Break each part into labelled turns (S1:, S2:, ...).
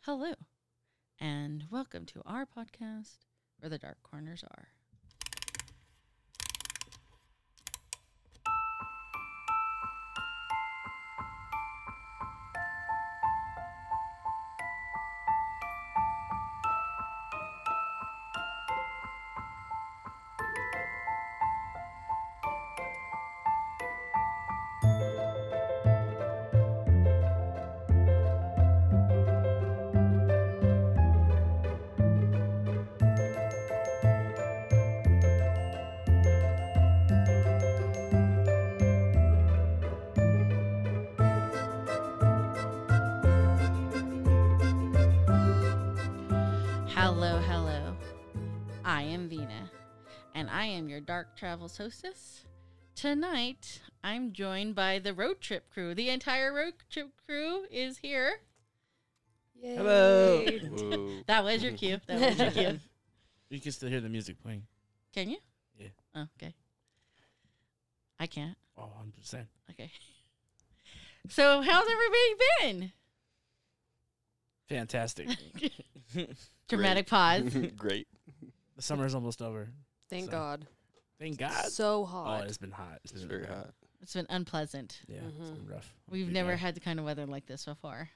S1: Hello, and welcome to our podcast, Where the Dark Corners Are. Hello, hello. I am Vina, and I am your Dark Travels hostess. Tonight, I'm joined by the road trip crew. The entire road trip crew is here.
S2: Yay.
S3: Hello.
S1: That was your cue. That was your cue.
S3: You can still hear the music playing.
S1: Can you?
S3: Yeah.
S1: Oh, okay. I can't.
S3: Oh, 100%.
S1: Okay. So, how's everybody
S3: Fantastic.
S1: been? Dramatic pause.
S4: Great.
S3: the summer's almost over.
S2: Thank
S3: So-
S2: God.
S3: Thank God.
S2: so
S3: Oh,
S2: hot.
S3: it's been hot.
S4: It's very hot.
S1: It's been unpleasant.
S3: Yeah, it's
S2: Mhm.
S3: been rough.
S1: We've
S3: Yeah.
S1: never had the kind of weather like this before.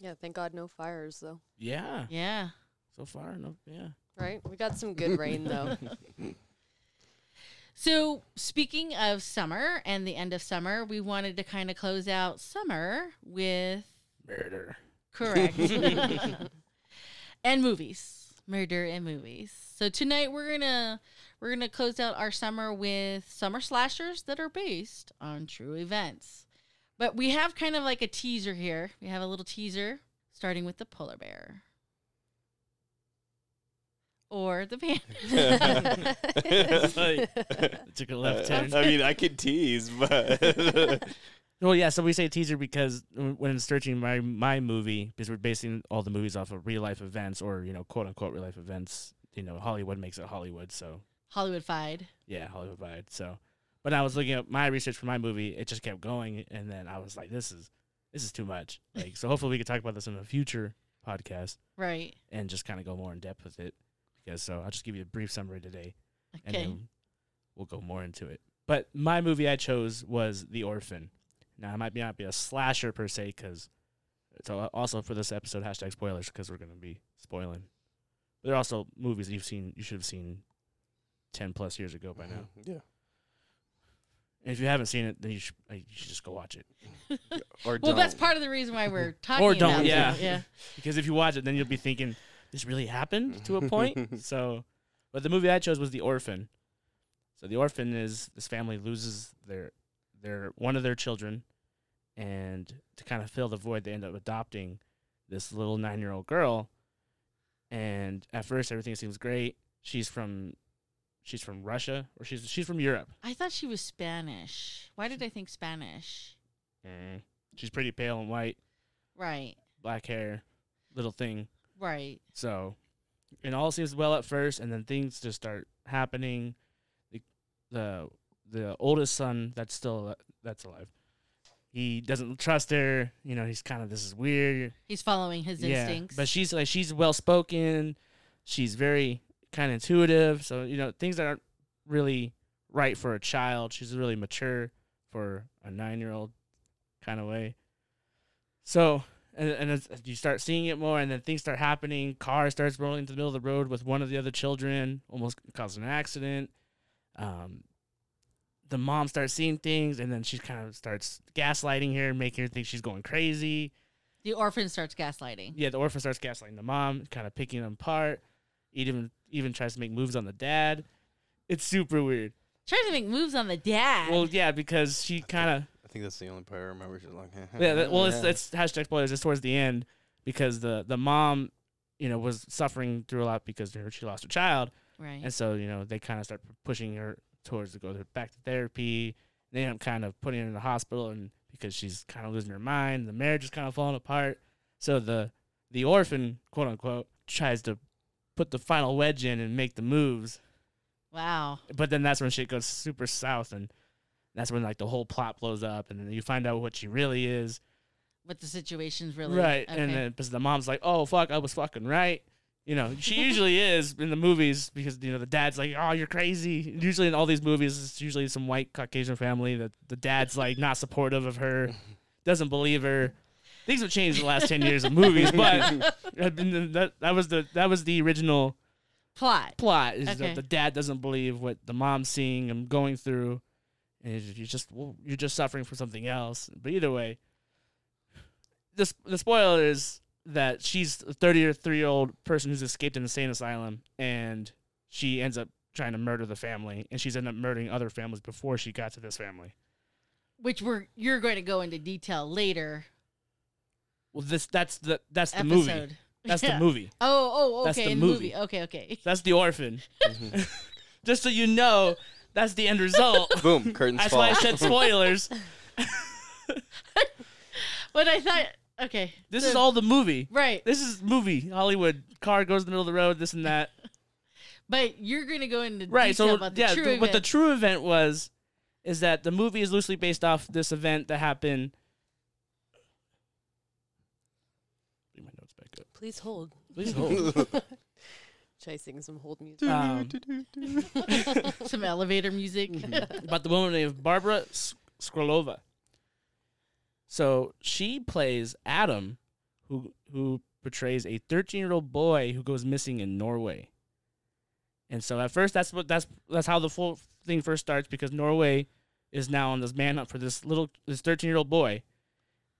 S2: yeah, thank God no fires though.
S3: Yeah,
S1: Yeah.
S3: so far, no. Yeah.
S2: Right? We got some good rain though.
S1: So, speaking of summer and the end of summer, we wanted to kind of close out summer with
S3: Murder.
S1: correct and movies, murder and movies. So tonight we're gonna we're gonna close out our summer with summer slashers that are based on true events. But we have kind of like a teaser here. We have a little teaser starting with the polar bear. Or the panda.
S3: It took a left
S4: Uh,
S3: turn.
S4: I mean, I could tease, but
S3: Well, yeah, so we say teaser because w- when searching my, my movie, because we're basing all the movies off of real life events or, you know, quote unquote real life events, you know, Hollywood makes it Hollywood. So,
S1: Hollywood fied.
S3: yeah, Hollywood vibe. So, when I was looking at my research for my movie, it just kept going, and then I was like, "This is this is too much." Like, so hopefully we can talk about this in a future podcast
S1: Right.
S3: and just kind of go more in depth with it. Because so I'll just give you a brief summary today, and
S1: Okay.
S3: then we'll go more into it. But my movie I chose was The Orphan. Now it might be not be a slasher per se, because so also for this episode hashtag spoilers because we're gonna be spoiling. But there are also movies that you've seen you should have seen ten plus years ago by
S4: Uh-huh.
S3: now.
S4: Yeah.
S3: And if you haven't seen it, then you should, uh, you should just go watch it.
S4: Or
S1: well,
S4: don't.
S1: that's part of the reason why we're talking
S3: Or don't,
S1: about it.
S3: yeah.
S1: Yeah.
S3: Because if you watch it, then you'll be thinking, this really happened to a point. so, but the movie I chose was The Orphan. So The Orphan is this family loses their their one of their children, and to kind of fill the void, they end up adopting this little nine year old girl. And at first, everything seems great. She's from she's from Russia, or she's she's from Europe.
S1: I thought she was Spanish. Why did I think Spanish?
S3: She's pretty pale and white,
S1: Right.
S3: black hair, little thing.
S1: Right.
S3: So, and all seems well at first, and then things just start happening. The the, the oldest son that's still that's alive, he doesn't trust her. You know, he's kind of this is weird.
S1: He's following his instincts.
S3: but she's like she's well spoken. She's very kind of intuitive. So you know things that aren't really right for a child. She's really mature for a nine year old kind of way. So and, and as as you start seeing it more, and then things start happening. Car starts rolling into the middle of the road with one of the other children, almost causing an accident. Um, the mom starts seeing things, and then she kind of starts gaslighting her, making her think she's going crazy.
S1: the orphan starts gaslighting.
S3: Yeah, the orphan starts gaslighting the mom, kind of picking them apart. Even even tries to make moves on the dad. It's super weird.
S1: Tries to make moves on the dad.
S3: Well, yeah, because she kind
S4: I think that's the only part I remember. She's like,
S3: of yeah. that- Well, it's, it's hashtag spoilers. It's towards the end because the the mom, you know, was suffering through a lot because her- she lost her child,
S1: right.
S3: and so you know they kind of start pushing her towards to go to- back to therapy. They end up kind of putting her in the hospital, and because she's kind of losing her mind, the marriage is kind of falling apart. So the the orphan, quote unquote, tries to put the final wedge in and make the moves.
S1: wow.
S3: But then that's when shit goes super south, and that's when like the whole plot blows up, and then you find out what she really is.
S1: what the situation's really.
S3: Right.
S1: Okay.
S3: And then because the mom's like, oh, fuck, I was fucking right. You know, she usually is in the movies because, you know, the dad's like, oh, you're crazy. Usually in all these movies, it's usually some white Caucasian family that the dad's like not supportive of her, doesn't believe her. Things have changed in the last 10 years of movies, but I mean, that, that was the that was the original
S1: plot.
S3: plot is
S1: Okay.
S3: that the dad doesn't believe what the mom's seeing and going through, and it's- you're just well, you're just suffering from something else. But either way, the s- the spoiler is that she's a 33 year old person who's escaped an insane asylum, and she ends up trying to murder the family, and she's ended up murdering other families before she got to this family.
S1: which we're you're going to go into detail later.
S3: Well, this that's the that's the
S1: episode.
S3: movie. That's
S1: Yeah.
S3: the movie.
S1: Oh, oh,
S3: That's
S1: okay.
S3: the
S1: in the movie.
S3: movie.
S1: Okay, okay.
S3: That's the orphan.
S4: Mm-hmm.
S3: Just so you know, that's the end result.
S4: Boom, curtains
S3: that's
S4: fall.
S3: why I said spoilers.
S1: But I thought, okay,
S3: This
S1: So-
S3: is all the movie.
S1: right.
S3: This is movie Hollywood. Car goes in the middle of the road. This and that.
S1: But you're going to go into
S3: Right.
S1: detail
S3: So
S1: about the
S3: yeah,
S1: true
S3: th- what the
S1: event.
S3: true event was is that the movie is loosely based off this event that happened. Bring my notes back up.
S2: Please hold.
S3: Please hold.
S2: Chasing some hold music.
S3: um,
S1: some elevator music.
S3: about the woman named Barbara S- Skrulova. So she plays Adam, who who portrays a 13 year old boy who goes missing in Norway. And so at first, that's what that's that's how the full thing first starts because Norway is now on this manhunt for this little this 13 year old boy,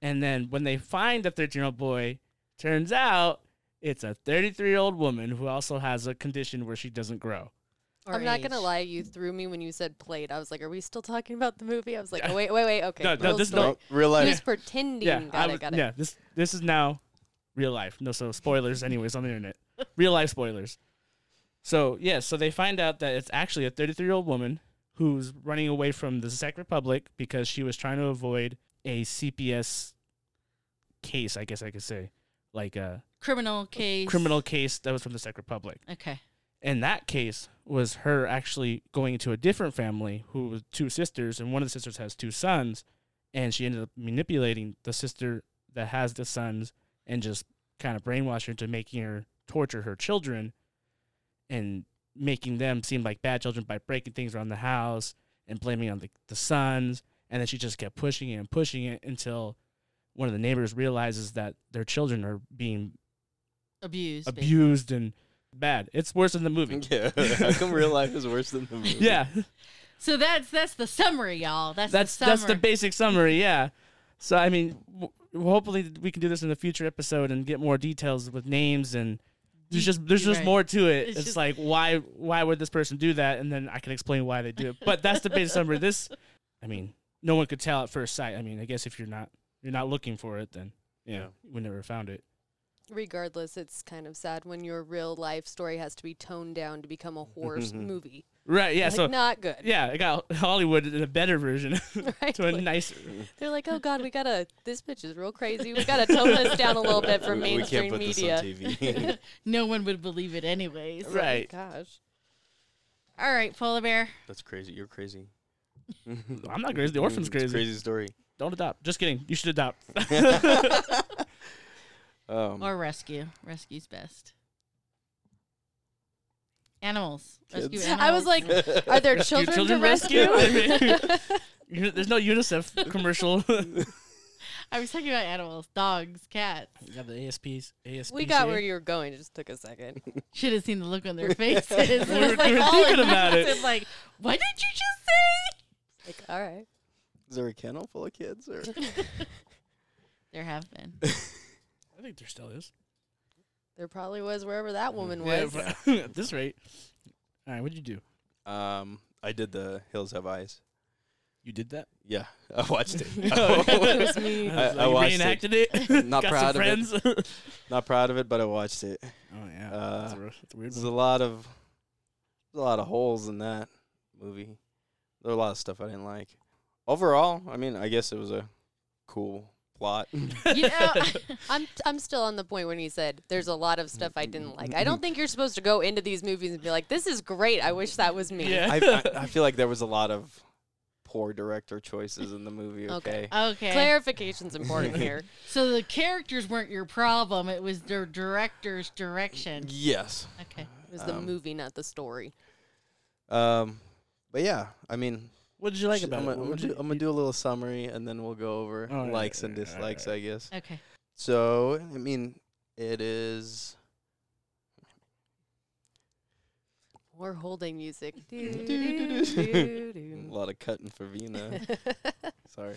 S3: and then when they find the 13 year old boy, turns out it's a 33 year old woman who also has a condition where she doesn't grow.
S1: or
S2: I'm not gonna
S1: age.
S2: lie, you threw me when you said plate. I was like, "Are we still talking about the movie?" I was like, oh, "Wait, wait, wait, okay."
S3: No, no,
S2: real
S3: this is
S2: story.
S3: not-
S4: Oh, real
S2: He
S4: life.
S2: was pretending.
S3: I
S2: got
S3: was-
S2: it, got it.
S3: Yeah, this this is now real life. No, so spoilers, anyways, on the internet. Real life spoilers. So yeah, so they find out that it's actually a 33 year old woman who's running away from the Czech Republic because she was trying to avoid a CPS case. I guess I could say like a
S1: Criminal case.
S3: criminal case that was from the Czech Republic.
S1: Okay.
S3: And that case was her actually going to a different family who was two sisters, and one of the sisters has two sons, and she ended up manipulating the sister that has the sons and just kind of brainwash her into making her torture her children and making them seem like bad children by breaking things around the house and blaming on the, the sons. And then she just kept pushing it and pushing it until one of the neighbors realizes that their children are being
S1: Abuse. babe.
S3: abused and bad. It's worse than the movie.
S4: Yeah. How come real life is worse than the movie?
S3: Yeah,
S1: So that's that's the summary, y'all. That's
S3: that's
S1: the
S3: that's the
S1: summary.
S3: basic summary. Yeah. So I mean, w- hopefully we can do this in the future episode and get more details with names and there's just there's just
S1: Right.
S3: more to it.
S1: It's
S3: It's,
S1: just-
S3: like why why would this person do that, and then I can explain why they do it. But that's the basic summary. This, I mean, no one could tell at first sight. I mean, I guess if you're not you're not looking for it, then yeah,
S4: Yeah.
S3: we never found it.
S2: Regardless, it's kind of sad when your real life story has to be toned down to become a horror s- movie.
S3: Right? Yeah.
S2: like,
S3: so
S2: not good.
S3: yeah, I got Hollywood in a better version
S2: Right?
S3: to a
S2: Like,
S3: nicer.
S2: they're like, "Oh God, we gotta. This bitch is real crazy. We gotta tone this down a little bit for
S4: we, we
S2: mainstream
S4: can't put
S2: media."
S4: this on TV.
S1: No one would believe it anyways.
S2: Oh my
S3: Right.
S2: Gosh.
S1: All right, polar bear.
S4: That's crazy. You're crazy.
S3: I'm not crazy. The orphan's
S4: Mm, it's a
S3: crazy.
S4: Crazy story.
S3: Don't adopt. Just kidding. You should adopt.
S4: Um,
S1: Or rescue. Rescue's best. Animals. Rescue
S4: Kids.
S1: animals.
S2: I was like, "Are there
S3: Your
S2: children, to rescue?"
S3: I mean, you- There's no UNICEF commercial.
S1: I was talking about animals, dogs, cats.
S3: yeah, the ASPs. ASPs.
S2: We got where you were going. It just took a second.
S1: Should have seen the look on their faces. It was
S3: We were- we
S1: like
S3: were
S1: all
S3: thinking
S1: amazed
S3: about it.
S1: and Like, what did you just say?
S2: Like, all right.
S4: is there a kennel full of kids? Or?
S1: There have been.
S3: I think there still is.
S2: There probably was wherever that woman
S3: Mm. Yeah,
S2: was.
S3: but- at this rate. All right, what'd you do?
S4: Um, I did the Hills Have Eyes.
S3: You did that.
S4: Yeah, I watched
S2: it
S4: it.
S2: was me.
S4: I- I watched it.
S3: reenacted it.
S4: Not
S3: got
S4: proud of
S3: some
S4: it.
S3: friends. oh
S4: Not proud of it, but I watched it.
S3: yeah,
S4: Uh,
S3: that's, a, that's a weird
S4: There's
S3: one.
S4: a lot of there's a lot of holes in that movie. There are a lot of stuff I didn't like. Overall, I mean, I guess it was a cool plot.
S1: You know,
S2: I'm I'm still on the point when he said there's a lot of stuff I didn't like. I don't think you're supposed to go into these movies and be like, "This is great. I wish that was me."
S3: Yeah.
S4: I, I, I feel like there was a lot of poor director choices in the movie. Okay.
S2: Okay.
S1: Okay.
S2: Clarification's important here.
S1: So the characters weren't your problem. It was their director's direction.
S4: Yes.
S1: Okay.
S2: It was the
S4: Um,
S2: movie, not the story.
S4: Um, but yeah, I mean,
S3: What did you like
S4: sh-
S3: about
S4: I'm
S3: it?
S4: gonna- I'm
S3: What
S4: gonna
S3: did you- Oh,
S4: do, I'm gonna do a little summary, and then we'll go over
S3: All right,
S4: likes and
S3: all right, all
S4: dislikes,
S3: right.
S4: I guess.
S1: Okay.
S4: So, I mean, it is.
S2: We're holding music. Do, do,
S4: Do, do,
S2: do,
S4: do. A
S2: do.
S4: lot of cutting for Vina. Sorry.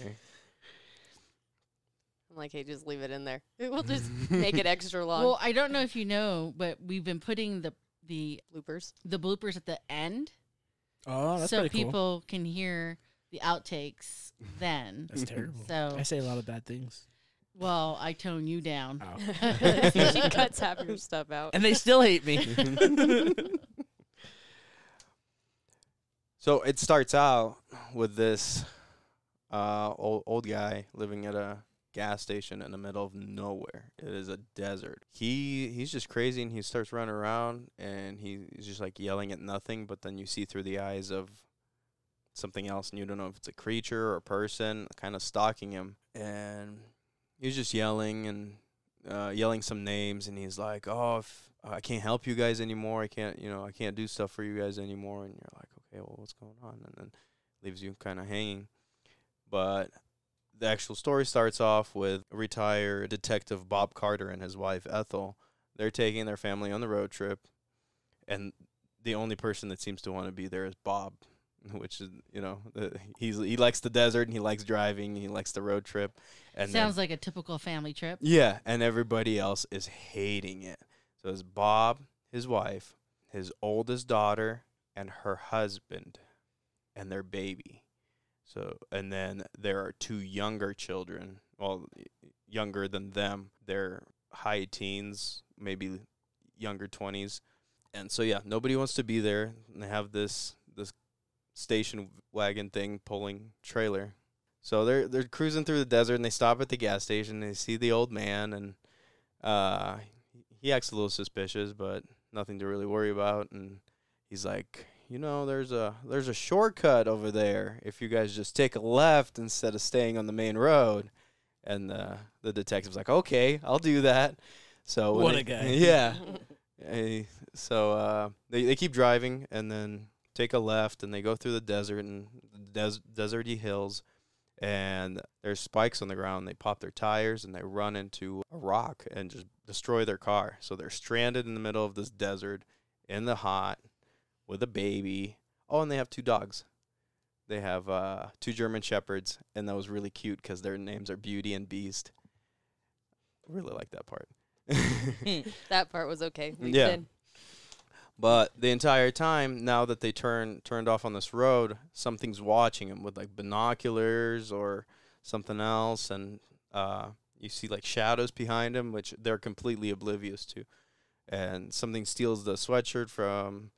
S2: I'm like, hey, just leave it in there. We'll just make it extra long.
S1: Well, I don't know if you know, but we've been putting the the
S2: Bloopers.
S1: the bloopers at the end,
S3: Oh, that's
S1: so
S3: pretty cool.
S1: people can hear the outtakes then.
S3: That's terrible.
S1: So-
S3: I say a lot of bad things.
S1: well, I tone you down.
S3: Oh.
S2: she cuts half your stuff out.
S3: and they still hate me.
S4: So it starts out with this uh, old old guy living at a gas station in the middle of nowhere. It is a desert. He he's just crazy and he starts running around and he- he's just like yelling at nothing. But then you see through the eyes of something else and you don't know if it's a creature or a person, kind of stalking him. And he's just yelling and uh, yelling some names, and he's like, "Oh, if I can't help you guys anymore. I can't, you know, I can't do stuff for you guys anymore." And you're like, "Okay, well, what's going on?" And then leaves you kind of hanging. But the actual story starts off with retired detective Bob Carter and his wife Ethel. They're taking their family on the road trip, and the only person that seems to want to be there is Bob, which is you know the, he's he likes the desert and he likes driving and he likes the road trip. And then-
S1: Sounds like a typical family trip.
S4: yeah, and everybody else is hating it. So it's Bob, his wife, his oldest daughter, and her husband, and their baby. So, and then there are two younger children, well, y- younger than them. They're high teens, maybe younger twenties, and so yeah, nobody wants to be there. And they have this this station wagon thing pulling trailer. So they're they're cruising through the desert and they stop at the gas station. They see the old man and uh, he acts a little suspicious, but nothing to really worry about. And he's like, you know, there's a there's a shortcut over there if you guys just take a left instead of staying on the main road. And the the detective's like, okay, I'll do that. So when
S3: What
S4: they-
S3: a guy.
S4: Yeah. Eh, so uh, they they keep driving and then take a left and they go through the desert and des- deserty hills and there's spikes on the ground. They pop their tires and they run into a rock and just destroy their car. So they're stranded in the middle of this desert in the hot with a baby. Oh, and they have two dogs. They have uh, two German shepherds, and that was really cute because their names are Beauty and Beast. Really like that part.
S2: Hmm. That part was okay. We
S4: Yeah.
S2: did.
S4: But the entire time, now that they turn turned off on this road, something's watching them with like binoculars or something else, and uh, you see like shadows behind them, which they're completely oblivious to. And something steals the sweatshirt from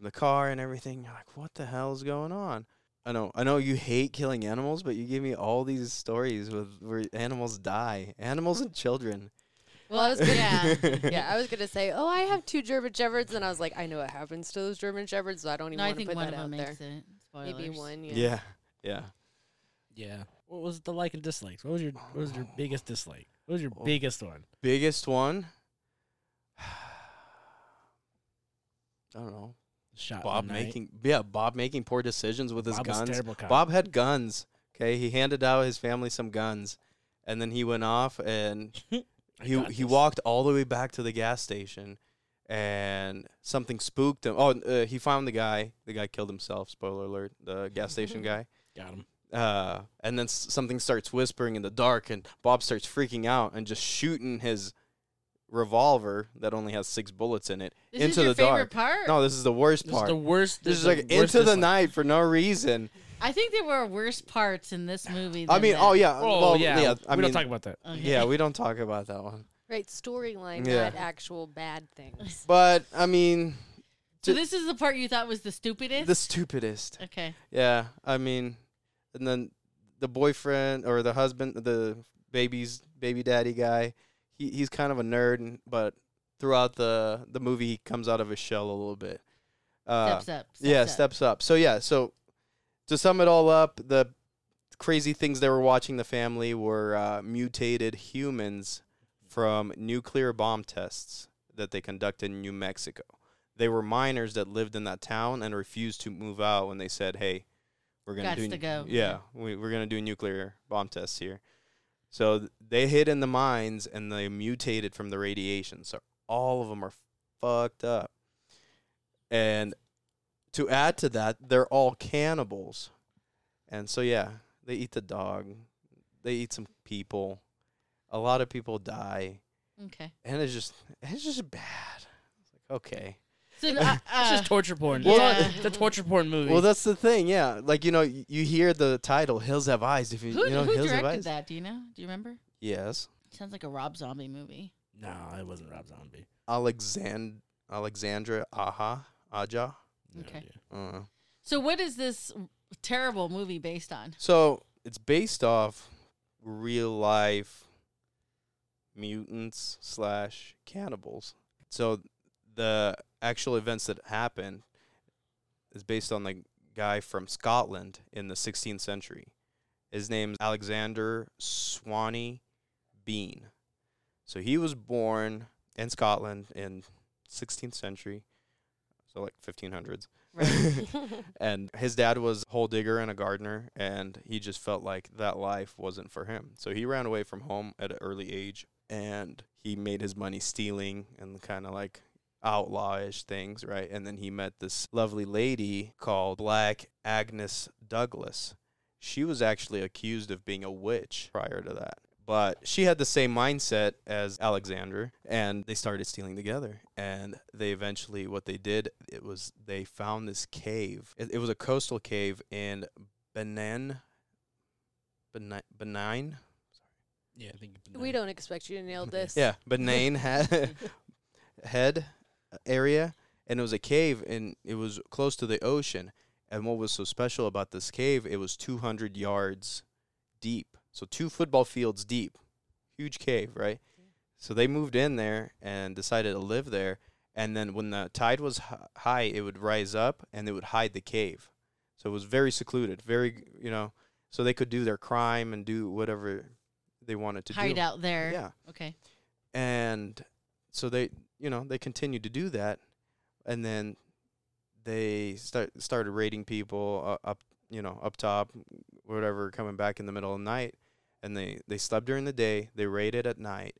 S4: the car and everything. You're like, what the hell is going on? I know, I know you hate killing animals, but you give me all these stories with where animals die, animals and children.
S2: Well, I was gonna,
S1: Yeah.
S2: yeah, I was gonna say, oh, I have two German shepherds, and I was like, I know what happens to those German shepherds, so I don't even
S1: No, I
S2: want to
S1: think
S2: put
S1: one
S2: that
S1: of
S2: out
S1: them
S2: there.
S1: makes it. Spoilers.
S2: Maybe one. Yeah.
S4: yeah, yeah.
S3: yeah. What was the like and dislikes? What was your What was your biggest dislike? What was your
S4: Oh.
S3: biggest one?
S4: biggest one. I don't know.
S3: Shot
S4: Bob
S3: one night.
S4: making yeah, Bob making poor decisions with his
S3: Bob was a
S4: guns.
S3: terrible cop.
S4: Bob had guns. Okay, he handed out his family some guns, and then he went off and
S3: I
S4: he
S3: got
S4: he
S3: this.
S4: walked all the way back to the gas station, and something spooked him. Oh, and, uh, he found the guy. The guy killed himself. Spoiler alert: the gas station guy
S3: Got him.
S4: uh, and then s- something starts whispering in the dark, and Bob starts freaking out and just shooting his revolver that only has six bullets in it
S1: This
S4: into
S1: is your
S4: the dark.
S1: favorite part.
S4: No, this is the worst
S3: This is
S4: part.
S3: the worst.
S4: this is
S3: the
S4: like into
S3: worst
S4: the
S3: dislike.
S4: night for no reason.
S1: I think there were worse parts in this movie.
S4: I
S1: than
S4: mean,
S1: that.
S4: oh yeah,
S3: Oh
S4: well,
S3: yeah.
S4: yeah, I
S3: we
S4: mean,
S3: don't talk about that.
S1: Okay.
S4: yeah, we don't talk about that one.
S2: Right. Storyline,
S4: Yeah.
S2: not actual bad things.
S4: But I mean,
S1: So
S4: to-
S1: this is the part you thought was the stupidest.
S4: the stupidest.
S1: okay.
S4: Yeah, I mean, and then the boyfriend or the husband, the baby's baby daddy guy, he, he's kind of a nerd, and, but throughout the the movie, he comes out of his shell a little bit. Uh,
S1: steps up.
S4: yeah, steps up. So yeah, so to sum it all up, the crazy things they were watching the family were uh, mutated humans from nuclear bomb tests that they conducted in New Mexico. They were miners that lived in that town and refused to move out when they said, "Hey, we're gonna
S1: Gots
S4: do
S1: to
S4: nu-
S1: go.
S4: yeah, we, we're gonna do nuclear bomb tests here." So th- they hid in the mines and they mutated from the radiation. So all of them are fucked up. And to add to that, they're all cannibals. And so yeah, they eat the dog. They eat some people. A lot of people die,
S1: Okay.
S4: and it's just it's just bad. It's like okay.
S1: So uh,
S3: it's
S1: uh,
S3: just torture porn.
S1: Well, uh,
S3: It's a- it's a torture porn movie.
S4: Well, that's the thing, yeah. Like you know, y- you hear the title "Hills Have Eyes." If you
S1: who,
S4: you know
S1: who
S4: "Hills Have
S1: directed
S4: Eyes,"
S1: that? Do you know? Do you remember?
S4: yes,
S1: Sounds like a Rob Zombie movie.
S3: no, it wasn't Rob Zombie.
S4: Alexand Alexandra Aha Aja.
S3: No
S1: Okay.
S3: idea.
S4: Uh,
S1: So what is this terrible movie based on?
S4: so it's based off real life mutants slash cannibals. So the actual events that happened is based on the guy from Scotland in the 16th century. His name's Alexander Swanee Bean. So he was born in Scotland in 16th century, so like 1500s. and his dad was a hole digger and a gardener, and he just felt like that life wasn't for him. So he ran away from home at an early age, and he made his money stealing and kind of like outlawish things, right? And then he met this lovely lady called Black Agnes Douglas. She was actually accused of being a witch prior to that. But she had the same mindset as Alexander, and they started stealing together. And they eventually, what they did, it was they found this cave. It, it was a coastal cave in Benin, Benin, Benin,
S3: Yeah, I think it's
S2: we
S3: Benign.
S2: don't expect you to nail this.
S4: yeah, Benin ha- head area, and it was a cave, and it was close to the ocean. And what was so special about this cave? It was 200 yards deep, so two football fields deep, huge cave, right? So they moved in there and decided to live there. And then when the tide was hi- high, it would rise up and it would hide the cave. So it was very secluded, very you know, so they could do their crime and do whatever they wanted to
S1: Hide
S4: do.
S1: out there.
S4: Yeah
S1: Okay.
S4: and so they you know they continued to do that and then they start started raiding people uh, up you know up top whatever coming back in the middle of the night and they they slept during the day they raided at night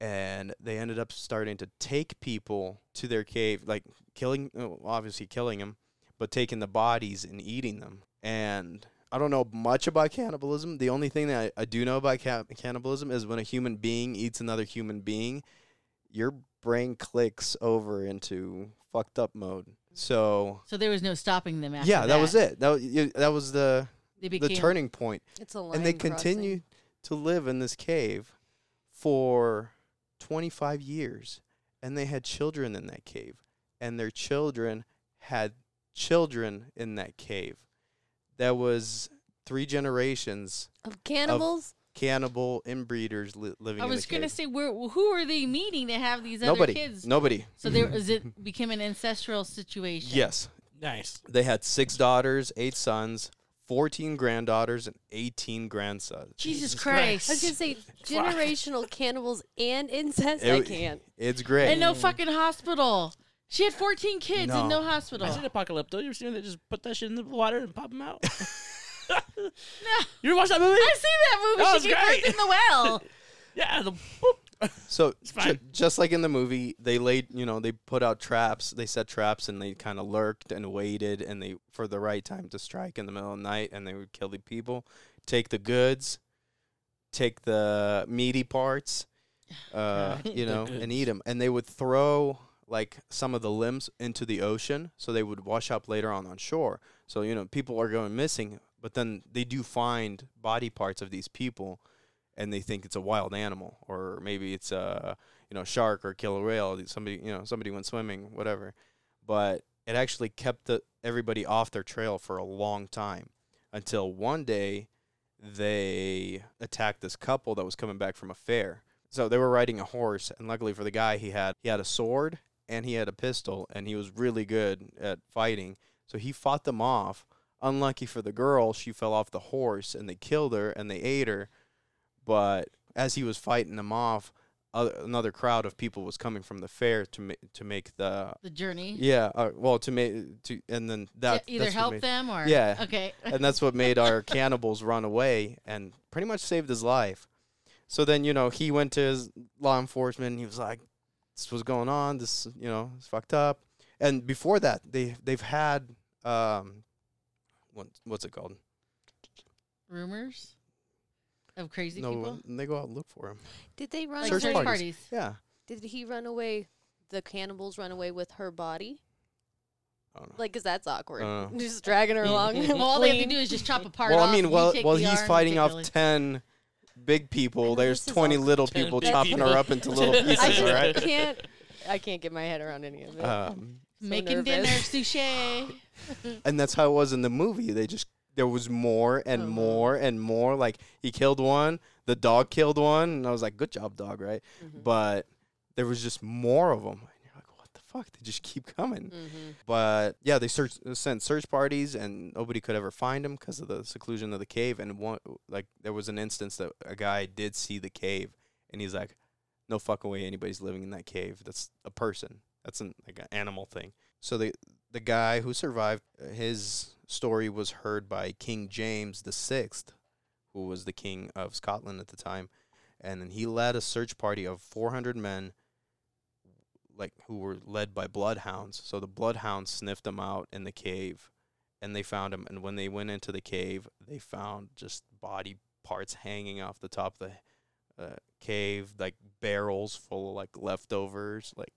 S4: and they ended up starting to take people to their cave like killing uh, obviously killing them but taking the bodies and eating them and I don't know much about cannibalism. The only thing that I, I do know about ca- cannibalism is when a human being eats another human being, your brain clicks over into fucked up mode. So
S1: So there was no stopping them after
S4: yeah, that, was it. That was, you, that was the
S1: They
S4: the
S1: became
S4: turning point,
S2: It's a line
S4: and they
S2: crossing.
S4: continued to live in this cave for 25 years, and they had children in that cave, and their children had children in that cave. That was three generations
S2: of cannibals.
S4: cannibal inbreeders li- living
S1: I
S4: in the
S1: was gonna
S4: cave.
S1: say, where who are they meeting to have these
S4: nobody
S1: other kids?
S4: nobody
S1: So there is it became an ancestral situation.
S4: yes
S3: Nice.
S4: they had six daughters eight sons 14 granddaughters and 18 grandsons
S1: Jesus,
S3: Jesus
S1: Christ.
S3: Christ.
S2: I was gonna say generational cannibals and incest. I
S4: It-
S2: can't.
S4: it's great
S1: And no fucking hospital. She had 14 kids and
S4: No.
S1: no hospital.
S3: I seen Apocalypto. You ever seen that? Just put that shit in the water and pop them out. You ever watch that movie?
S1: I see that movie.
S3: That was
S1: she gets
S3: great.
S1: birth in the well.
S3: Yeah. The, boop.
S4: so ju-
S3: fine.
S4: just like in the movie they laid you know they put out traps they set traps and they kind of lurked and waited and they for the right time to strike in the middle of the night and they would kill the people take the goods take the meaty parts uh,
S1: God.
S4: you
S3: The
S4: know and
S3: goods.
S4: eat them and they would throw like some of the limbs into the ocean so they would wash up later on on shore so you know people are going missing but then they do find body parts of these people and they think it's a wild animal or maybe it's a you know shark or killer whale somebody you know somebody went swimming whatever but it actually kept the, everybody off their trail for a long time until one day they attacked this couple that was coming back from a fair. So they were riding a horse, and luckily for the guy, he had he had a sword and he had a pistol, and he was really good at fighting. So he fought them off Unlucky for the girl, she fell off the horse and they killed her and they ate her. But as he was fighting them off, oth- another crowd of people was coming from the fair to ma- to make the
S1: The journey.
S4: yeah uh, well to make to and then that
S1: to either
S4: that's what
S1: help
S4: made-
S1: them or
S4: Yeah.
S1: Okay.
S4: and that's what made our cannibals run away and pretty much saved his life. So then, you know, he went to his law enforcement. And he was like, "This was going on. This, you know, it's fucked up." And before that, they they've had um, what, what's it called?
S1: Rumors of crazy
S4: No,
S1: people.
S4: and they go out and look for him.
S2: Did they run
S1: Like
S4: Search
S1: search
S2: away?
S1: parties.
S4: parties. Yeah,
S2: Did he run away? The cannibals run away with her body?
S4: I don't know.
S2: Like, cause that's awkward.
S4: Uh.
S2: just dragging her along.
S1: Well, all they have to
S2: clean.
S1: do is just chop a part
S4: well,
S1: off.
S4: I mean,
S1: you
S4: well,
S1: take
S4: well,
S1: the
S4: he's
S1: arm,
S4: fighting
S1: you
S4: off
S1: take the leg.
S4: ten big people.
S2: know
S4: There's
S2: this is
S4: twenty
S2: all-
S4: little
S3: 10
S4: people
S3: big
S4: chopping her
S3: people.
S4: up into little
S3: I
S4: pieces.
S2: I just
S4: all right.
S2: can't. I can't get my head around any of it.
S4: Um,
S2: So
S1: making dinner,
S2: nervous.
S1: sushi.
S4: and that's how it was in the movie. They just there was more and
S2: Oh.
S4: more and more. Like he killed one, the dog killed one, and I was like, "Good job, dog!" Right?
S2: Mhm.
S4: But there was just more of them. And you're like, "What the fuck?" They just keep coming.
S2: Mhm.
S4: But yeah, they search, sent search parties, and nobody could ever find him because of the seclusion of the cave. And one, like, there was an instance that a guy did see the cave, and he's like, "No fucking way, anybody's living in that cave. That's a person. That's an like an animal thing." So the the guy who survived, uh, his story was heard by King James the Sixth, who was the king of Scotland at the time, and then he led a search party of 400 men like who were led by bloodhounds. So the bloodhounds sniffed them out in the cave, and they found him. And when they went into the cave, they found just body parts hanging off the top of the uh, cave, like barrels full of like leftovers. Like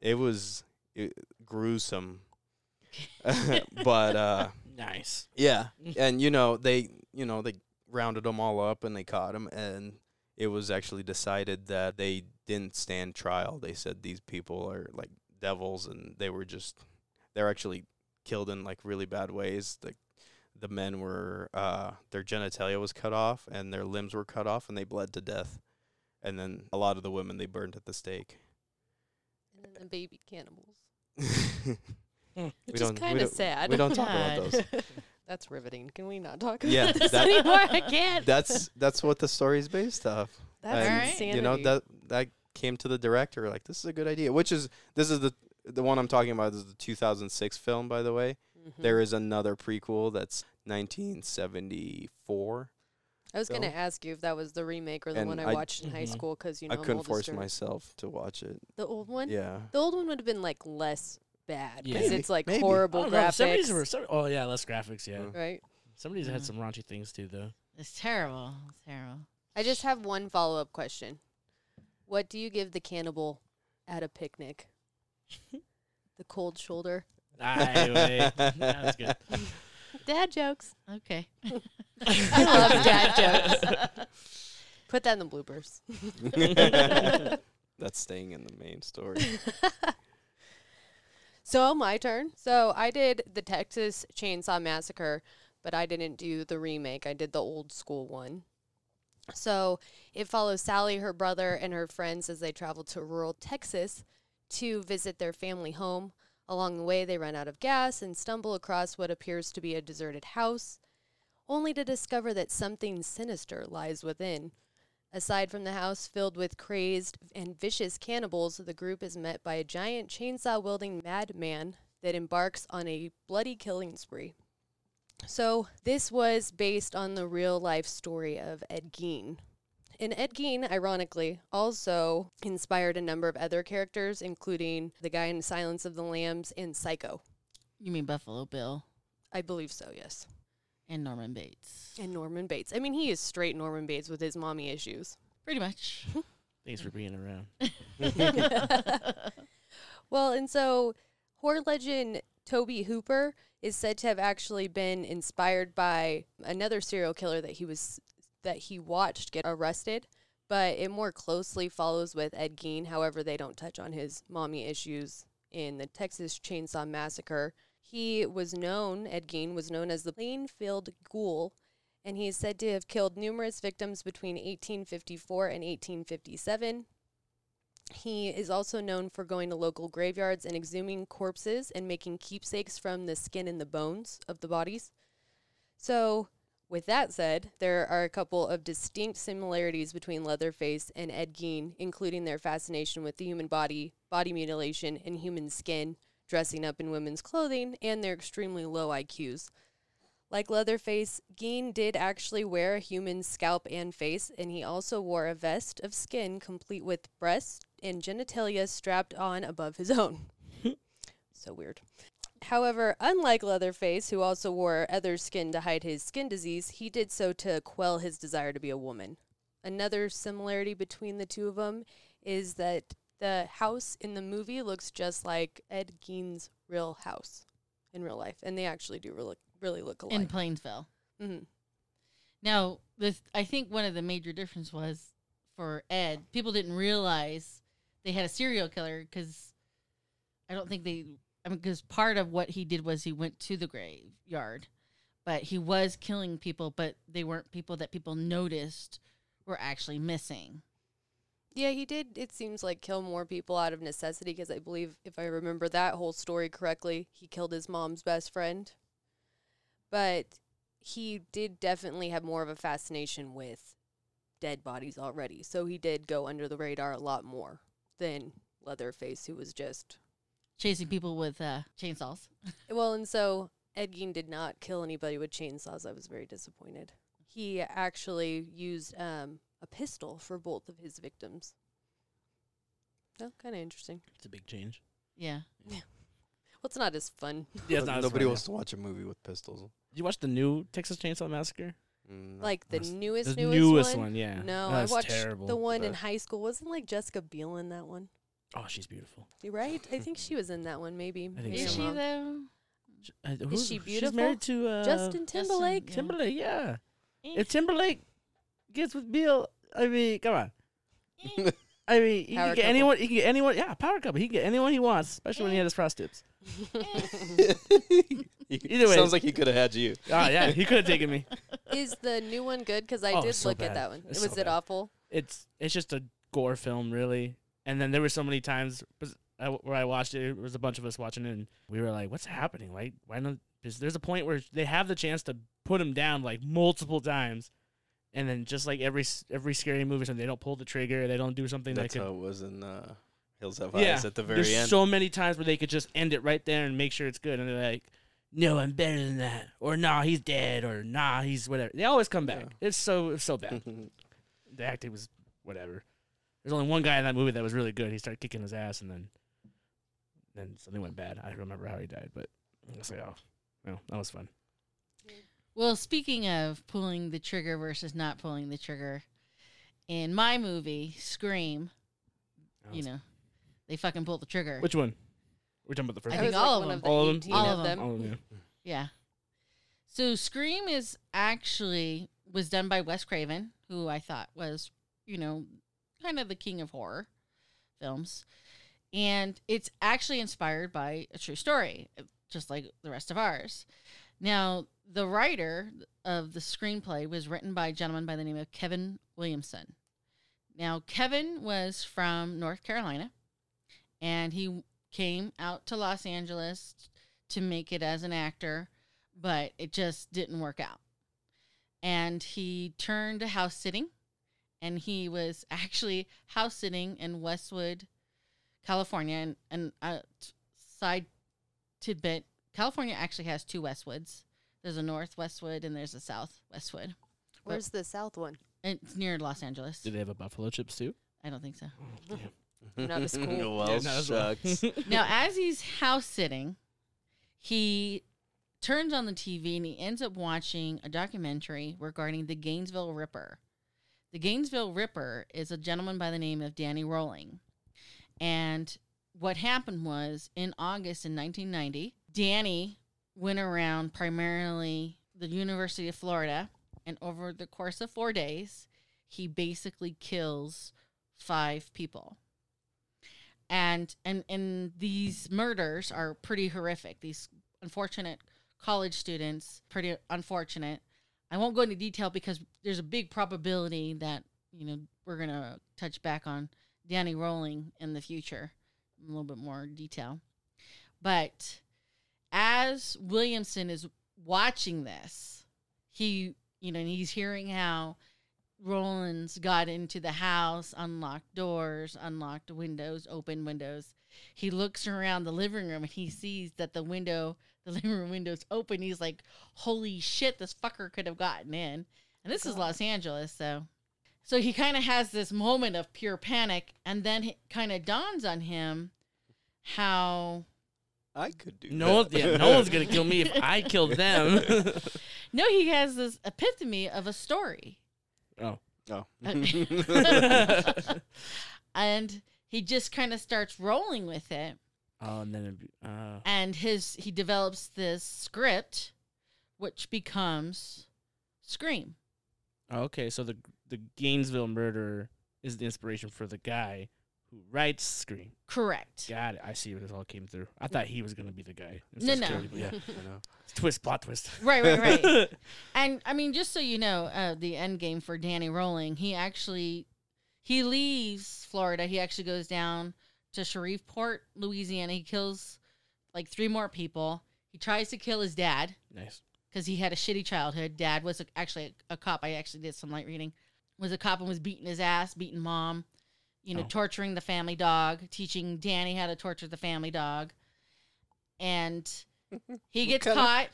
S4: it was it, gruesome, but uh,
S3: Nice.
S4: yeah, and you know they you know they rounded them all up and they caught them and it was actually decided that they didn't stand trial they said these people are like devils and they were just they're actually killed in like really bad ways like the men were uh their genitalia was cut off and their limbs were cut off and they bled to death and then a lot of the women they burned at the stake
S2: And then the baby cannibals.
S4: We
S2: Which is
S4: don't- we
S2: kind of
S4: don't-
S2: sad.
S4: we don't talk about those
S2: That's riveting. Can we not talk about
S4: Yeah,
S2: this
S4: that-
S2: anymore? I can't.
S4: that's that's what the story is based off
S2: That's
S1: and,
S2: insanity.
S4: you know that that came to the director like this is a good idea which is this is the the one i'm talking about is the 2006 film by the way
S2: Mhm.
S4: There is another prequel that's 1974
S2: I was going to
S4: film.
S2: ask you if that was the remake or the
S4: And
S2: one I,
S4: I-
S2: watched in high
S3: Mhm.
S2: school because you know
S4: i
S2: I'm
S4: couldn't
S2: old as
S4: force
S2: dirt.
S4: myself to watch it
S2: The old one.
S4: yeah
S2: The old one would have been like less bad
S3: Yeah.
S2: because
S4: Maybe,
S2: it's like
S4: maybe.
S3: I
S2: horrible
S3: don't know. Oh, Some of these
S2: graphics,
S3: were. Some, oh yeah, less graphics. Yeah.
S4: Mm.
S2: right?
S3: Some of these had
S1: Yeah.
S3: some raunchy things too, though.
S1: It's terrible. It's terrible.
S2: I just have one follow up question. What do you give the cannibal at a picnic? the cold shoulder.
S3: Aye, way. That's good.
S2: Dad jokes.
S1: Okay.
S2: I love dad jokes. Put that in the bloopers.
S4: that's staying in the main story
S2: So my turn. So I did the Texas Chainsaw Massacre, but I didn't do the remake. I did the old school one. So it follows Sally, her brother, and her friends as they travel to rural Texas to visit their family home. Along the way, they run out of gas and stumble across what appears to be a deserted house, only to discover that something sinister lies within. Aside from the house filled with crazed and vicious cannibals, the group is met by a giant chainsaw wielding madman that embarks on a bloody killing spree. So, this was based on the real life story of Ed Gein. And Ed Gein, ironically, also inspired a number of other characters, including the guy in Silence of the Lambs and Psycho.
S1: You mean Buffalo Bill
S2: I believe so, yes.
S1: and Norman Bates?
S2: And Norman Bates. I mean, he is straight Norman Bates with his mommy issues.
S1: Pretty much.
S3: Thanks for being around.
S2: Well, and so horror legend Toby Hooper is said to have actually been inspired by another serial killer that he was that he watched get arrested, but it more closely follows with Ed Gein. However, they don't touch on his mommy issues in the Texas Chainsaw Massacre. He was known, Ed Gein was known as the Plainfield Ghoul, and he is said to have killed numerous victims between 1854 and 1857. He is also known for going to local graveyards and exhuming corpses and making keepsakes from the skin and the bones of the bodies. So, with that said, there are a couple of distinct similarities between Leatherface and Ed Gein, including their fascination with the human body, body mutilation, and human skin, dressing up in women's clothing, and their extremely low IQs. Like Leatherface, Gein did actually wear a human scalp and face, and he also wore a vest of skin complete with breast and genitalia strapped on above his own. so weird. However, unlike Leatherface, who also wore other skin to hide his skin disease, he did so to quell his desire to be a woman. Another similarity between the two of them is that the house in the movie looks just like Ed Gein's real house in real life, and they actually do really, really look alike.
S1: in Plainsville.
S2: hmm
S1: Now, this I think one of the major difference was for Ed. People didn't realize they had a serial killer because I don't think they. I mean, because part of what he did was he went to the graveyard, but he was killing people, but they weren't people that people noticed were actually missing.
S2: Yeah, he did. It seems like kill more people out of necessity because I believe, if I remember that whole story correctly, he killed his mom's best friend. But he did definitely have more of a fascination with dead bodies already, so he did go under the radar a lot more than Leatherface, who was just
S1: Chasing people with uh, chainsaws.
S2: well, and so Ed Gein did not kill anybody with chainsaws. I was very disappointed. He actually used um, a pistol for both of his victims. Oh, kind of interesting.
S3: It's a big change.
S1: Yeah.
S2: Well, it's not as fun.
S3: Yeah,
S4: No- Nobody wants to watch a movie with pistols.
S3: Did you watch the new Texas Chainsaw Massacre?
S4: Mm, no.
S2: Like the
S3: that's-
S2: newest,
S3: the
S2: newest,
S3: newest
S2: one.
S3: yeah.
S2: No,
S3: That
S2: I
S3: was
S2: watched
S3: terrible.
S2: the one in
S4: That-
S2: high school. Wasn't like Jessica Biel in that one?
S3: Oh, she's beautiful.
S2: You right? I think she was in that one. Maybe.
S3: I think
S2: Maybe
S1: Is she
S3: so. Uh,
S2: I'm wrong.
S1: though?
S3: Sh- uh, who's-
S2: she
S3: She's married to uh,
S2: Justin Timberlake.
S1: yeah.
S3: Timberlake. Yeah.
S1: Eh.
S3: If Timberlake gets with Bill, I mean, come on.
S1: Eh.
S3: I mean, he
S2: Power
S3: can get
S2: couple.
S3: anyone. He can get anyone. Yeah, power couple. He can get anyone he wants, especially when he
S1: Eh.
S3: had his prostitutes.
S4: Either
S3: way.
S4: sounds like he could have had you.
S3: Oh yeah, he could have taken me.
S2: Is the new one good? Because I
S3: Oh,
S2: did
S3: so
S2: look at
S3: bad.
S2: that one.
S3: It's
S2: was
S3: so
S2: it
S3: bad.
S2: awful?
S3: It's it's just a gore film, really. And then there were so many times was- I- where I watched it. There was a bunch of us watching it, and we were like, "What's happening? Like, why not?" 'cause There's a point where they have the chance to put him down like multiple times, and then just like every s- every scary movie, or something they don't pull the trigger. They don't do something
S4: That's
S3: that could.
S4: how it was in uh, Hills Have
S3: Yeah,
S4: Eyes at the
S3: There's
S4: very end.
S3: so many times where they could just end it right there and make sure it's good, and they're like, "No, I'm better than that," or "Nah, he's dead," or "Nah, he's whatever." They always come back. It's so it's so bad. the acting was whatever. There's only one guy in that movie that was really good. He started kicking his ass, and then then something went bad. I don't remember how he died, but I was like, oh, well, that was fun.
S1: Well, speaking of pulling the trigger versus not pulling the trigger, in my movie Scream,
S3: That
S1: you
S3: was-
S1: know, they fucking pulled the trigger.
S3: which one? We're talking about the
S1: I
S3: first.
S2: That
S1: think
S3: one?
S2: was,
S1: all of
S2: one
S1: them.
S2: the
S3: All of them?
S2: 18
S1: All of them.
S3: Oh, yeah.
S1: yeah. So Scream is actually was done by Wes Craven, who I thought was, you know, kind of the king of horror films. And it's actually inspired by a true story, just like the rest of ours. Now, the writer of the screenplay was written by a gentleman by the name of Kevin Williamson. Now, Kevin was from North Carolina and he came out to Los Angeles to make it as an actor, but it just didn't work out. And he turned to house sitting, and he was actually house sitting in Westwood, California. And, and a t- side tidbit California actually has two Westvoods there's a North Westwood and there's a South Westwood.
S2: Where's the South one?
S1: And It's near Los Angeles.
S3: Do they have a buffalo chips too?
S1: I don't think so.
S2: Not as cool.
S4: well,
S3: Yeah, no, that's what-
S4: shucks.
S1: now, as he's house sitting, he turns on the TV and he ends up watching a documentary regarding the Gainesville Ripper. The Gainesville Ripper is a gentleman by the name of Danny Rolling. And what happened was in August in 1990, Danny went around primarily the University of Florida. And over the course of four days, he basically kills five people and and and these murders are pretty horrific these unfortunate college students pretty unfortunate i won't go into detail because there's a big probability that you know we're going to touch back on danny rolling in the future in a little bit more detail but as williamson is watching this he, you know, and he's hearing how Rollins got into the house, unlocked doors, unlocked windows, open windows. He looks around the living room and he sees that the window, the living room window's open. He's like, holy shit, this fucker could have gotten in. And this is
S2: God.
S1: Los Angeles, so. So he kind of has this moment of pure panic, and then it kind of dawns on him how
S4: I could do
S3: No,
S4: that.
S3: yeah, no one's gonna kill me if I kill them.
S1: no, he has this epiphany of a story.
S3: oh,
S4: Oh.
S1: and he just kind of starts rolling with it
S3: oh, and then it'd be, uh,
S1: and his he develops this script which becomes scream
S3: oh, okay. So the the Gainesville murder is the inspiration for the guy who writes Scream.
S1: correct
S3: Got it. I see where this all came through. I thought he was gonna be the guy. It's
S1: No, no.
S3: just kidding, but Yeah.
S4: I know.
S3: twist, plot twist.
S1: right right right and i mean just so you know uh, the end game for danny rolling he actually he leaves florida he actually goes down to shreveport louisiana he kills like three more people he tries to kill his dad
S3: nice.
S1: because he had a shitty childhood. Dad was a, actually a, a cop. I actually did some light reading. Was a cop and was beating his ass, beating mom, you know,
S3: Oh.
S1: torturing the family dog, teaching Danny how to torture the family dog, and he gets
S4: Kinda-
S1: caught.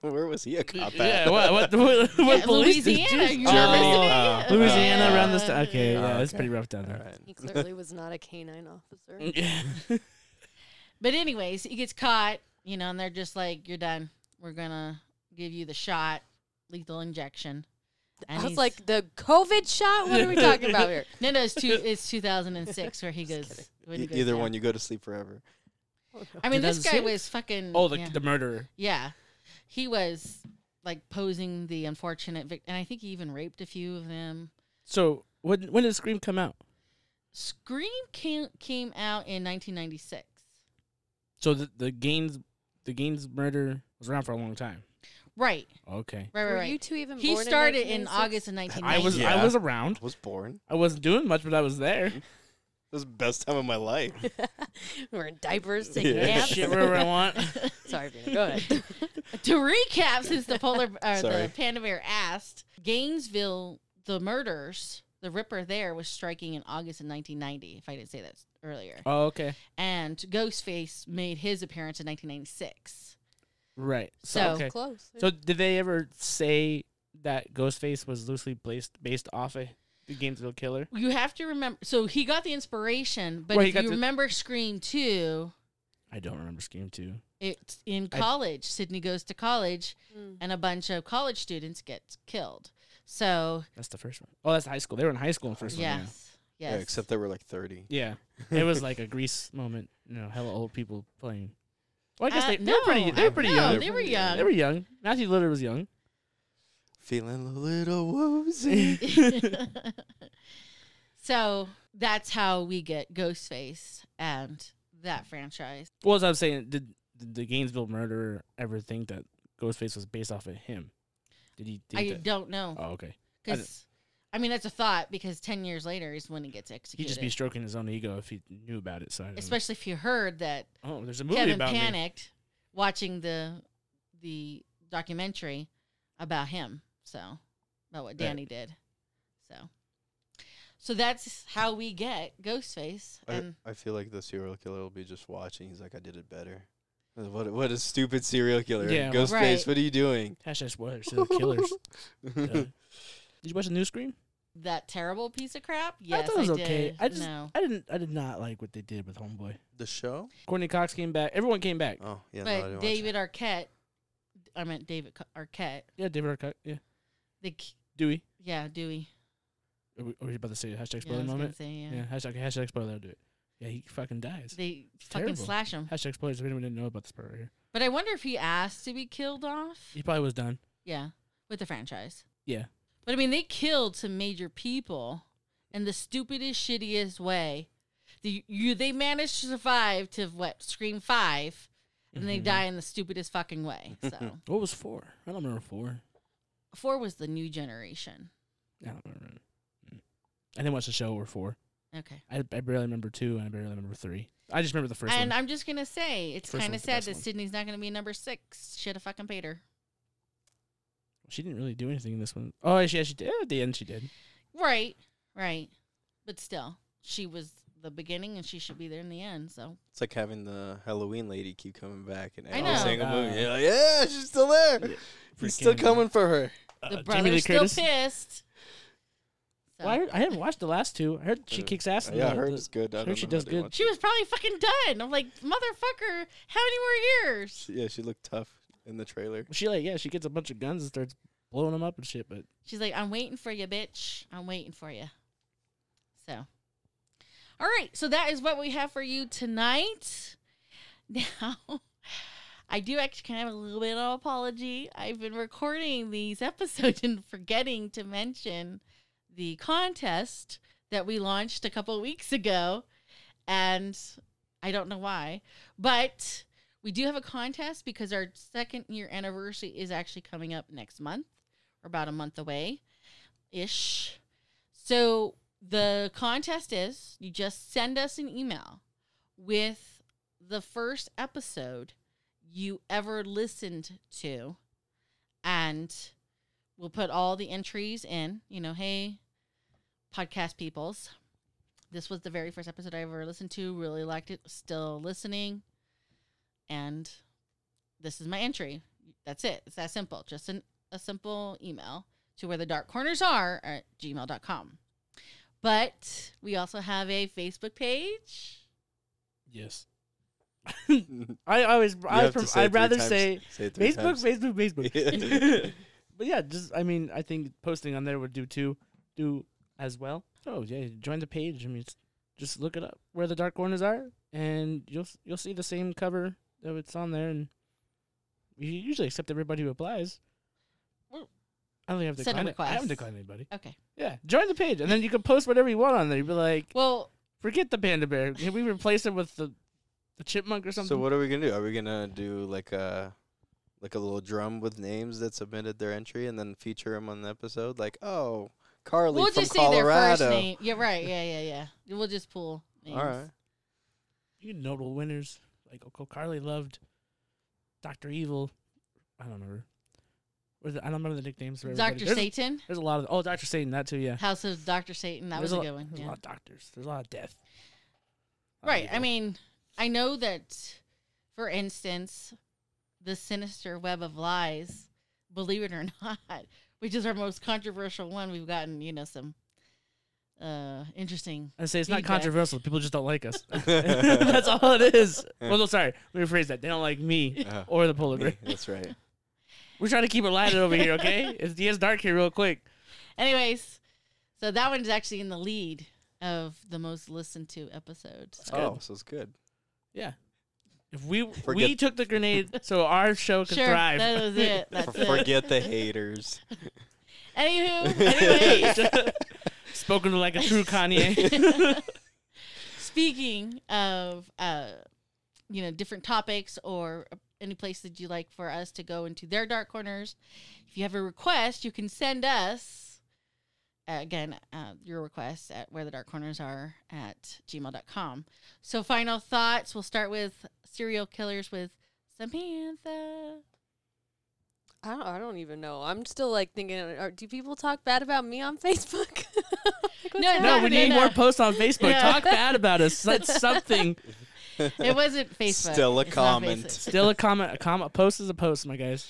S4: Where was he a cop at?
S3: Yeah. What? What? What? what
S1: Yeah,
S3: police did
S1: Louisiana,
S3: you-
S1: you
S3: Oh,
S1: Germany.
S4: Oh,
S1: Louisiana.
S3: Louisiana
S1: Yeah.
S3: around this time. Okay. Yeah,
S4: Oh,
S3: it's
S4: okay.
S3: pretty rough down
S4: All
S3: there.
S4: right.
S2: He clearly was not a canine officer.
S3: Yeah.
S1: Mm-hmm, But anyways, he gets caught, you know, and they're just like, "You're done. We're gonna give you the shot, lethal injection." And
S2: I was
S1: he's-
S2: like, the COVID shot? What are we talking about here?
S1: "No, no, it's two. It's 2006 where he goes." when he
S4: E-
S1: goes
S4: either
S1: down.
S4: one, you go to sleep forever.
S1: I mean, this guy
S3: 2006?
S1: was fucking.
S3: Oh, the
S1: yeah.
S3: the murderer.
S1: Yeah. He was like posing the unfortunate victim. And I think he even raped a few of them.
S3: So when when did Scream come out?
S1: Scream came, came out in 1996.
S3: So the the Gaines the Gaines murder was around for a long time.
S1: Right.
S3: Okay.
S1: Right, right,
S2: Were
S1: right.
S2: you two even
S1: he
S2: born
S1: started in
S2: 1996?
S1: August of 1990.
S3: I was
S4: Yeah.
S3: I was around.
S4: I was born.
S3: I wasn't doing much, but I was there.
S4: This is the best time of my life.
S2: we were in diapers taking
S4: Yeah.
S2: naps.
S3: Shit wherever I want.
S2: Sorry, Brina. Go ahead.
S1: to recap, since the polar uh,
S4: Sorry.
S1: the panda bear asked, Gainesville, the murders, the Ripper there was striking in August of 1990. If I didn't say that earlier,
S3: Oh, okay.
S1: and Ghostface made his appearance in 1996.
S3: Right.
S1: So-
S3: okay.
S2: Close.
S3: So did they ever say that Ghostface was loosely based based off a the Gainesville killer?
S1: You have to remember. So he got the inspiration, but
S3: Well, he
S1: if
S3: got
S1: you
S3: the-
S1: remember Scream Two,
S3: I don't remember Scream two.
S1: it's in
S3: I-
S1: college. Sydney goes to college,
S2: Mm.
S1: and a bunch of college students get killed. So
S3: That's the first one. Oh, that's high school. They were in high school in the first one.
S1: yes, yes.
S4: Yeah, except they were like 30.
S3: Yeah. Yeah. It was like a Grease moment. You know, hella old people playing. Well, I guess
S1: Uh,
S3: they, they were pretty. They were pretty
S1: no,
S3: young.
S1: They were young.
S3: They were young. Matthew Litter was young.
S4: Feeling a little woozy.
S1: so that's how we get Ghostface and that franchise.
S3: Well, as I was saying, did, did the Gainesville murderer ever think that Ghostface was based off of him? Did he think
S1: I
S3: that?
S1: don't know
S3: Oh, okay. I don't-
S1: because I, mean that's a thought because ten years later is when he gets
S3: He'd
S1: executed.
S3: just be stroking his own ego if he knew about it. So I don't know.
S1: Especially if you heard that
S3: oh, there's a movie
S1: Kevin
S3: about me.
S1: panicked watching the the documentary about him. So about what
S3: Right.
S1: Danny did. So so that's how we get Ghostface.
S3: Uh,
S4: I,
S1: And
S4: I feel like the serial killer will be just watching. He's like, I did it better. What, what a stupid serial killer.
S3: Yeah, well-
S4: Ghostface,
S1: Right.
S4: what are you doing?
S3: Hashtag spoilers to the killers. Yeah. Did you watch the new Scream?
S1: that terrible piece of crap. Yes, I,
S3: thought it was okay.
S1: did.
S3: I just-
S1: no.
S3: I didn't. I did not like what they did with Homeboy.
S4: The show?
S3: Courtney Cox came back. Everyone came back.
S4: Oh, yeah. no, I didn't
S1: but
S4: watch
S1: David Arquette, I meant David Co- Arquette.
S3: Yeah, David Arquette. Yeah,
S1: The k-
S3: Dewey.
S1: yeah Dewey.
S3: Are we, are we about to say a hashtag
S1: Yeah, I
S3: spoiler
S1: was gonna
S3: moment?
S1: say, yeah.
S3: Yeah. hashtag hashtag spoiler. I'll do it. Yeah, he fucking dies.
S1: They fucking
S3: terrible.
S1: slash him.
S3: hashtag spoilers. If anyone didn't know about this part right here,
S1: But I wonder if he asked to be killed off.
S3: he probably was done.
S1: Yeah, with the franchise.
S3: Yeah.
S1: But I mean, they killed some major people in the stupidest, shittiest way. The, you they managed to survive to what Scream Five, and they
S3: Mhm.
S1: die in the stupidest fucking way. So
S3: What was four? I don't remember four.
S1: four was the new generation.
S3: I don't remember. Mm. I didn't watch the show or four.
S1: Okay.
S3: I, I barely remember two and I barely remember three. I just remember the first
S1: and
S3: one.
S1: I'm just gonna say it's
S3: First
S1: kind of
S3: one's the
S1: sad
S3: best
S1: that
S3: one.
S1: Sydney's not gonna be number six. Should have fucking paid her.
S3: She didn't really do anything in this one. Oh, yeah, she, yeah, she did. At the end, she did.
S1: Right, right. But still, she was the beginning and she should be there in the end. So
S4: It's like having the Halloween lady keep coming back in
S1: I
S4: every
S1: know.
S4: single movie.
S3: Uh,
S4: You're like, yeah, she's still there.
S3: Yeah.
S4: He's still
S3: Freaking-
S4: coming for her.
S1: the
S3: Uh, Jamie Lee
S1: brother's still
S3: Curtis.
S1: pissed. So.
S3: Well, I, heard, I haven't watched the last two. I heard she
S4: Uh,
S3: kicks ass. in
S4: yeah,
S3: the,
S4: her
S3: the-
S4: is good. I
S3: heard
S4: don't
S3: she
S4: know how
S3: does
S4: they
S3: good.
S4: watch
S1: She
S4: it.
S1: was probably fucking done. I'm like, motherfucker, how many more years?
S4: She- Yeah, she looked tough in the trailer.
S3: she like yeah, she gets a bunch of guns and starts blowing them up and shit. But
S1: She's like, I'm waiting for you, bitch. I'm waiting for you. So, all right. So that is what we have for you tonight. Now, I do actually kind of have a little bit of an apology. I've been recording these episodes and forgetting to mention the contest that we launched a couple of weeks ago. And I don't know why, but we do have a contest because our second year anniversary is actually coming up next month or about a month away ish. So the contest is you just send us an email with the first episode you ever listened to and we'll put all the entries in, you know, hey podcast peoples. This was the very first episode I ever listened to, really liked it, still listening. And this is my entry. That's it. It's that simple. Just an a simple email to where the dark corners are at gmail.com. But we also have a Facebook page.
S3: yes,
S4: You
S3: I always I
S4: have to
S3: pref-
S4: say it
S3: I'd
S4: three
S3: rather
S4: times.
S3: say
S4: Say it three times.
S3: Facebook, Facebook,
S4: Yeah.
S3: Facebook. but yeah, just I mean I think posting on there would do too do as well. Oh yeah, join the page. I mean, it's, just look it up where the dark corners are, and you'll s- you'll see the same cover that it's on there, and we usually accept everybody who applies.
S1: Well,
S3: I don't think I've
S1: send a
S3: declined. it- I haven't
S1: request.
S3: declined anybody.
S1: Okay.
S3: Yeah, join the page, and then you can post whatever you want on there. You'd be like,
S1: Well,
S3: Forget the panda bear. Can we replace it with the the chipmunk or something?
S4: So what are we gonna do? Are we gonna do like a like a little drum with names that submitted their entry and then feature them on the episode? Like, oh, Carly
S1: we'll
S4: from
S1: just say their
S4: Colorado.
S1: first name. Yeah, right. Yeah, yeah, yeah. We'll just pull names.
S4: All right.
S3: You can notable winners like Uncle Carly loved Doctor Evil. I don't remember. Or the, I don't remember the nicknames for everybody.
S1: Dr.
S3: There's-
S1: Satan.
S3: There's a lot of oh Doctor Satan that too yeah.
S1: House of Dr. Satan. That
S3: There's
S1: was a
S3: lo-
S1: good one.
S3: There's a
S1: yeah.
S3: lot of doctors. There's a lot of death. A lot of
S1: Right. I
S3: evil.
S1: mean, I know that, for instance, the sinister web of lies, believe it or not, which is our most controversial one, we've gotten, you know, some uh interesting.
S3: I say it's not
S1: feedback.
S3: controversial. People just don't like us. That's all it is. Well, no, sorry. Let me rephrase that. They don't like me
S4: Uh,
S3: or the polar
S4: me,
S3: bear.
S4: That's right.
S3: We're trying to keep it lighted over here, okay? It's, it gets dark here real quick.
S1: Anyways, so that one's actually in the lead of the most listened to episode. So.
S4: Oh,
S3: good.
S4: so it's good.
S3: Yeah. If we we
S4: Forget-
S3: took the grenade so our show could
S1: Sure,
S3: thrive.
S1: that was it. That's
S4: For-
S1: it.
S4: Forget the haters.
S1: Anywho, anyways,
S3: Spoken to like a true Kanye.
S1: speaking of uh you know different topics or any place that you like for us to go into their dark corners if you have a request you can send us uh, again uh, your requests at where the dark corners are at gmail.com so final thoughts we'll start with serial killers with samantha
S2: I don't, I don't even know. I'm still like thinking, are, do people talk bad about me on Facebook? Like, what's
S1: No,
S3: no, we
S2: happening?
S3: need
S1: Yeah.
S3: more posts on Facebook.
S1: Yeah.
S3: Talk bad about us. That's something.
S1: it wasn't facebook
S4: Still a
S1: It's not
S4: comment.
S1: Facebook.
S3: Still a comment. A comment. A post is a post, my guys.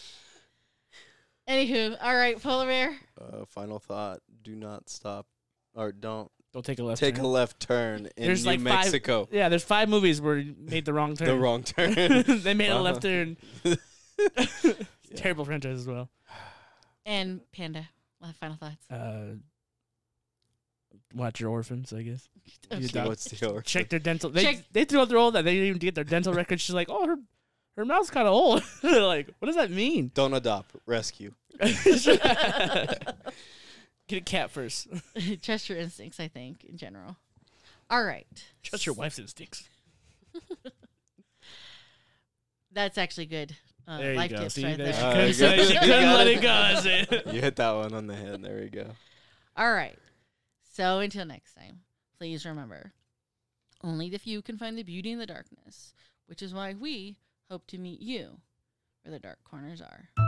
S1: anywho all right polar bear
S4: Uh, final thought: Do not stop, or don't
S3: Don't take a left.
S4: take
S3: turn.
S4: a left turn in
S3: There's
S4: New
S3: like five-
S4: Mexico.
S3: Yeah, there's five movies where you made the wrong turn.
S4: The wrong turn.
S3: they made a left
S4: Uh-huh.
S3: turn. Terrible franchise as well.
S1: and panda Well, final thoughts
S3: Uh, watch your orphans, I guess. You
S1: Okay.
S4: What's the order?
S3: check their dental. They
S1: Check-
S3: they threw out their old that they didn't even get their dental records. She's like, oh, her her mouth's kind of old. They're like, what does that mean?
S4: Don't adopt. Rescue.
S3: get a cat first.
S1: trust your instincts, I think, in general. All right.
S3: Trust your wife's instincts.
S1: That's actually good. Uh,
S3: there you
S1: life
S3: go.
S1: tips
S3: See,
S1: right
S3: there
S1: there.
S3: she
S4: Uh,
S3: couldn't,
S4: you
S3: say-
S4: got
S3: she
S4: it.
S3: couldn't
S4: You
S3: let it go.
S4: got
S3: That's it.
S4: You hit that one on the head. There we go.
S1: All right. So until next time, please remember only the few can find the beauty in the darkness, which is why we hope to meet you where the dark corners are.